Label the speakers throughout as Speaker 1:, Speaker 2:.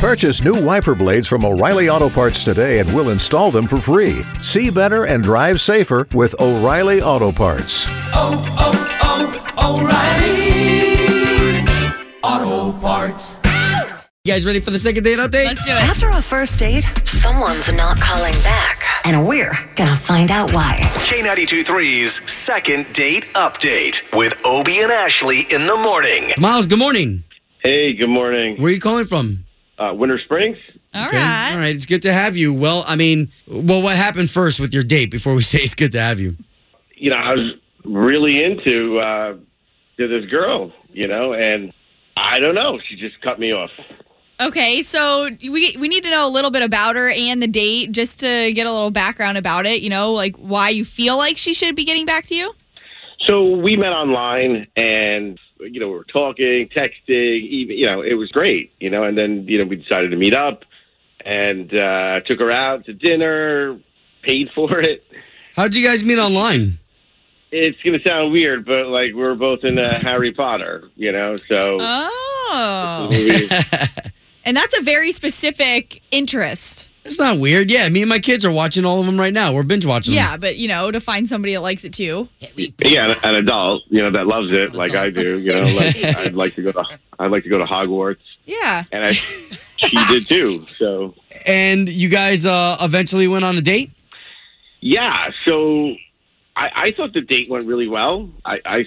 Speaker 1: Purchase new wiper blades from O'Reilly Auto Parts today and we'll install them for free. See better and drive safer with O'Reilly Auto Parts.
Speaker 2: Oh, oh, oh, O'Reilly Auto Parts.
Speaker 3: You guys ready for the second date update?
Speaker 4: Let's do it.
Speaker 5: After a first date, someone's not calling back. And we're gonna find out why.
Speaker 6: K92 3's second date update with Obie and Ashley in the morning.
Speaker 3: Miles, good morning.
Speaker 7: Hey, good morning.
Speaker 3: Where are you calling from?
Speaker 7: Uh, Winter Springs?
Speaker 4: All
Speaker 3: Okay.
Speaker 4: right.
Speaker 3: All right. It's good to have you. Well, I mean, well, what happened first with your date before we say it's good to have you?
Speaker 7: You know, I was really into uh, to this girl, you know, and I don't know. She just cut me off.
Speaker 4: Okay, so we we need to know a little bit about her and the date just to get a little background about it, you know, like why you feel like she should be getting back to you.
Speaker 7: So we met online and, you know, we were talking, texting, even, you know, it was great, you know, and then, you know, we decided to meet up and uh, took her out to dinner, paid for it.
Speaker 3: How'd you guys meet online?
Speaker 7: It's going to sound weird, but like we were both in uh, Harry Potter, you know, so.
Speaker 4: Uh. Oh.
Speaker 7: we-
Speaker 4: And that's a very specific interest.
Speaker 3: It's not weird. Yeah, me and my kids are watching all of them right now. We're binge watching
Speaker 4: Yeah, but you know, to find somebody that likes it too.
Speaker 7: Yeah, an, an adult, you know, that loves it like I do. You know, like, I'd like to go to I'd like to go to Hogwarts,
Speaker 4: Yeah.
Speaker 7: and I she did too. So
Speaker 3: them. And you guys uh, eventually went on a date?
Speaker 7: yeah, so I, I thought the date went really well. I, I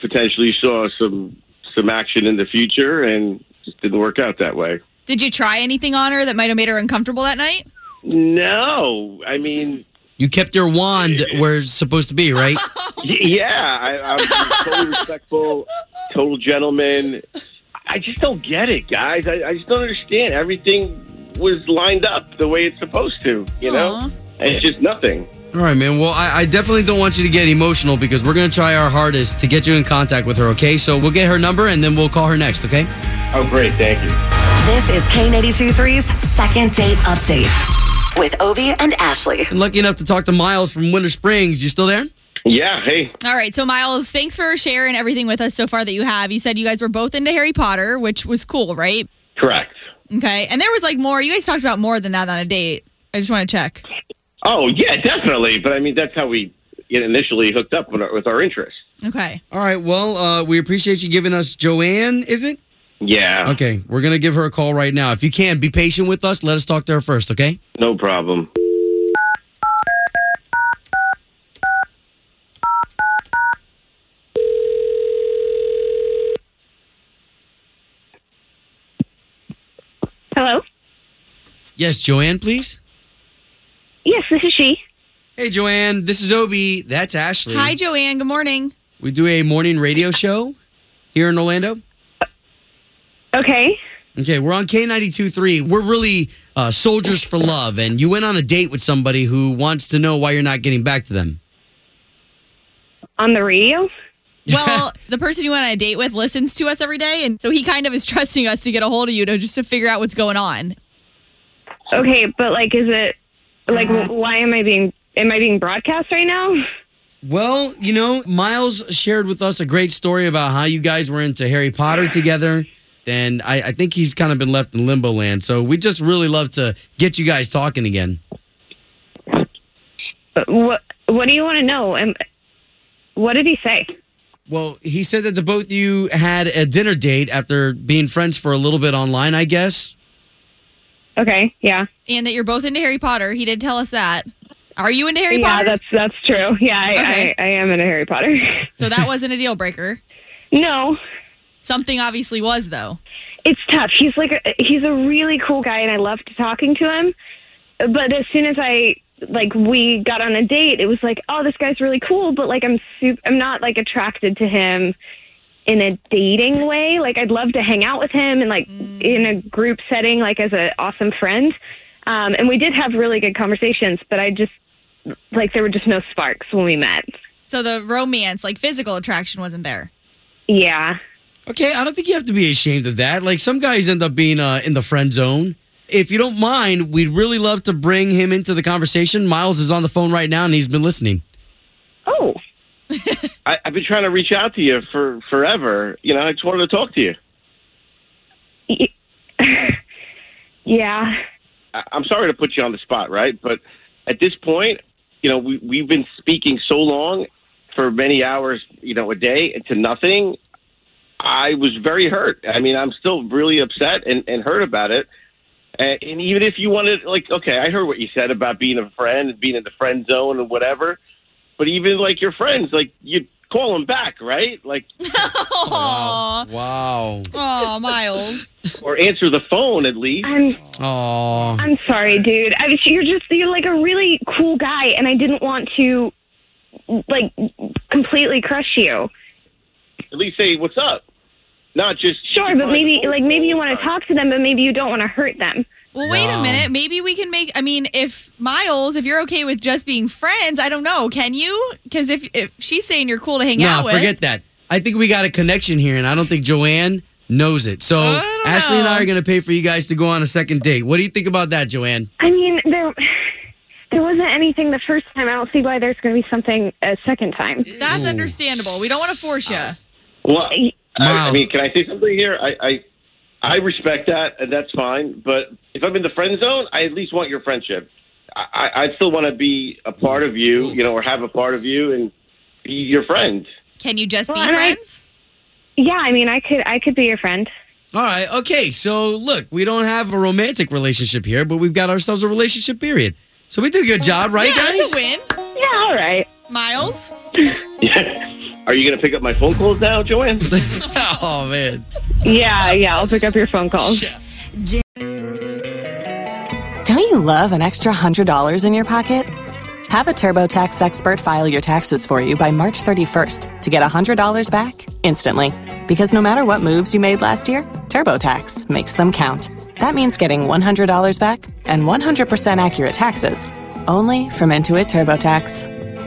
Speaker 7: potentially saw some some action in the future, and just didn't work out that way.
Speaker 4: Did you try anything on her that might have made her uncomfortable that night?
Speaker 7: No, I mean,
Speaker 3: You kept your wand where it's supposed to be, right?
Speaker 7: y- yeah, I, I'm totally respectful, total gentleman. I just don't get it, guys. I, I just don't understand. Everything was lined up the way it's supposed to, you know?
Speaker 4: Aw.
Speaker 7: And it's just nothing.
Speaker 3: all right, man. Well, I, I definitely don't want you to get emotional because we're going to try our hardest to get you in contact with her, okay? So we'll get her number and then we'll call her next, okay?
Speaker 7: Oh, great. Thank you.
Speaker 5: This is K82 3's second date update with Ovi and Ashley.
Speaker 3: And lucky enough to talk to Miles from Winter Springs. You still there?
Speaker 7: Yeah. Hey.
Speaker 4: All right, so Miles, thanks for sharing everything with us so far that you have. You said you guys were both into Harry Potter, which was cool, right?
Speaker 7: Correct.
Speaker 4: Okay. And there was like more. You guys talked about more than that on a date. I just want to check.
Speaker 7: Oh, yeah, definitely. But I mean, that's how we you know, initially hooked up with our, with our interest.
Speaker 4: Okay.
Speaker 3: All right. Well, uh, we appreciate you giving us Joanne, is it?
Speaker 7: Yeah.
Speaker 3: Okay. We're going to give her a call right now. If you can, be patient with us. Let us talk to her first, okay?
Speaker 7: No problem.
Speaker 8: Hello.
Speaker 3: Yes, Joanne, please.
Speaker 8: Yes, this is she.
Speaker 3: Hey, Joanne. This is Obi. That's Ashley.
Speaker 4: Hi, Joanne. Good morning.
Speaker 3: We do a morning radio show here in Orlando.
Speaker 8: Okay.
Speaker 3: Okay, we're on K92.3. We're really uh, soldiers for love, and you went on a date with somebody who wants to know why you're not getting back to them.
Speaker 8: On the radio?
Speaker 4: Well, the person you went on a date with listens to us every day, and so he kind of is trusting us to get a hold of you to just to figure out what's going on.
Speaker 8: Okay, but like is it like
Speaker 4: Uh-huh.
Speaker 8: wh- why am I being am I being broadcast right now?
Speaker 3: Well, you know, Miles shared with us a great story about how you guys were into Harry Potter together. And I, I think he's kind of been left in limbo land. So we just really love to get you guys talking again.
Speaker 8: But what what do you want to know? Am, what did he say?
Speaker 3: Well, he said that the both of you had a dinner date after being friends for a little bit online, I guess.
Speaker 8: Okay, yeah.
Speaker 4: And that you're both into Harry Potter. He did tell us that. Are you into Harry
Speaker 8: yeah,
Speaker 4: Potter?
Speaker 8: that's that's true. Yeah, I,
Speaker 4: Okay.
Speaker 8: I, I am into Harry Potter.
Speaker 4: so that wasn't a deal breaker.
Speaker 8: no.
Speaker 4: Something obviously was though.
Speaker 8: It's tough. He's like a, he's a really cool guy and I loved talking to him. But as soon as I like we got on a date, it was like, "Oh, this guy's really cool, but like I'm sup- I'm not like attracted to him in a dating way. Like I'd love to hang out with him and like in a group setting like as an awesome friend." Um and we did have really good conversations, but I just like there were just no sparks when we met.
Speaker 4: So the romance, like physical attraction, wasn't there.
Speaker 8: Yeah.
Speaker 3: Okay, I don't think you have to be ashamed of that. Like some guys end up being uh, in the friend zone. If you don't mind, we'd really love to bring him into the conversation. Miles is on the phone right now and he's been listening.
Speaker 8: Oh.
Speaker 7: I, I've been trying to reach out to you for forever. You know, I just wanted to talk to you.
Speaker 8: Yeah.
Speaker 7: I- I'm sorry to put you on the spot, right? But at this point, you know, we, we've been speaking so long for many hours, you know, a day and to nothing. I was very hurt. I mean, I'm still really upset and, and hurt about it. And, and even if you wanted, like, okay, I heard what you said about being a friend and being in the friend zone and whatever. But even like your friends, like you call them back, right? Like,
Speaker 4: Aw.
Speaker 3: Wow.
Speaker 4: Aw, Miles.
Speaker 7: or answer the phone at least.
Speaker 8: I'm
Speaker 3: Oh.
Speaker 8: I'm sorry, dude. I was, you're just you're like a really cool guy, and I didn't want to like completely crush you.
Speaker 7: At least say what's up, not just
Speaker 8: Sure, but maybe like maybe you want to talk to them, but maybe you don't want to hurt them.
Speaker 4: Well, wait
Speaker 3: Wow.
Speaker 4: a minute. Maybe we can make. I mean, if Miles, if you're okay with just being friends, I don't know. Can you? Because if if she's saying you're cool to hang
Speaker 3: No,
Speaker 4: out with,
Speaker 3: forget that. I think we got a connection here, and I don't think Joanne knows it. So
Speaker 4: I don't
Speaker 3: Ashley and I
Speaker 4: know.
Speaker 3: are going to pay for you guys to go on a second date. What do you think about that, Joanne?
Speaker 8: I mean, there there wasn't anything the first time. I don't see why there's going to be something a second time.
Speaker 4: that's understandable. We don't want to force you.
Speaker 7: Well, I, I
Speaker 3: Miles.
Speaker 7: mean, can I say something here? I, I I respect that, and that's fine. But if I'm in the friend zone, I at least want your friendship. I, I I still want to be a part of you, you know, or have a part of you and be your friend.
Speaker 4: Can you just be
Speaker 8: Well, and I-
Speaker 4: friends?
Speaker 8: Yeah, I mean, I could I could be your friend.
Speaker 3: All right. Okay. So look, we don't have a romantic relationship here, but we've got ourselves a relationship. Period. So we did a good job, right,
Speaker 4: yeah,
Speaker 3: guys?
Speaker 4: that's a win.
Speaker 8: Yeah, all right.
Speaker 4: Miles,
Speaker 7: Are you going to pick up my phone calls now, Joanne?
Speaker 3: oh man.
Speaker 8: Yeah, yeah, I'll pick up your phone
Speaker 3: Oh.
Speaker 8: calls.
Speaker 9: Don't you love an extra $100 in your pocket? Have a TurboTax expert file your taxes for you by March 31st to get $100 back instantly. Because no matter what moves you made last year, TurboTax makes them count. That means getting $100 back and 100% accurate taxes only from Intuit TurboTax.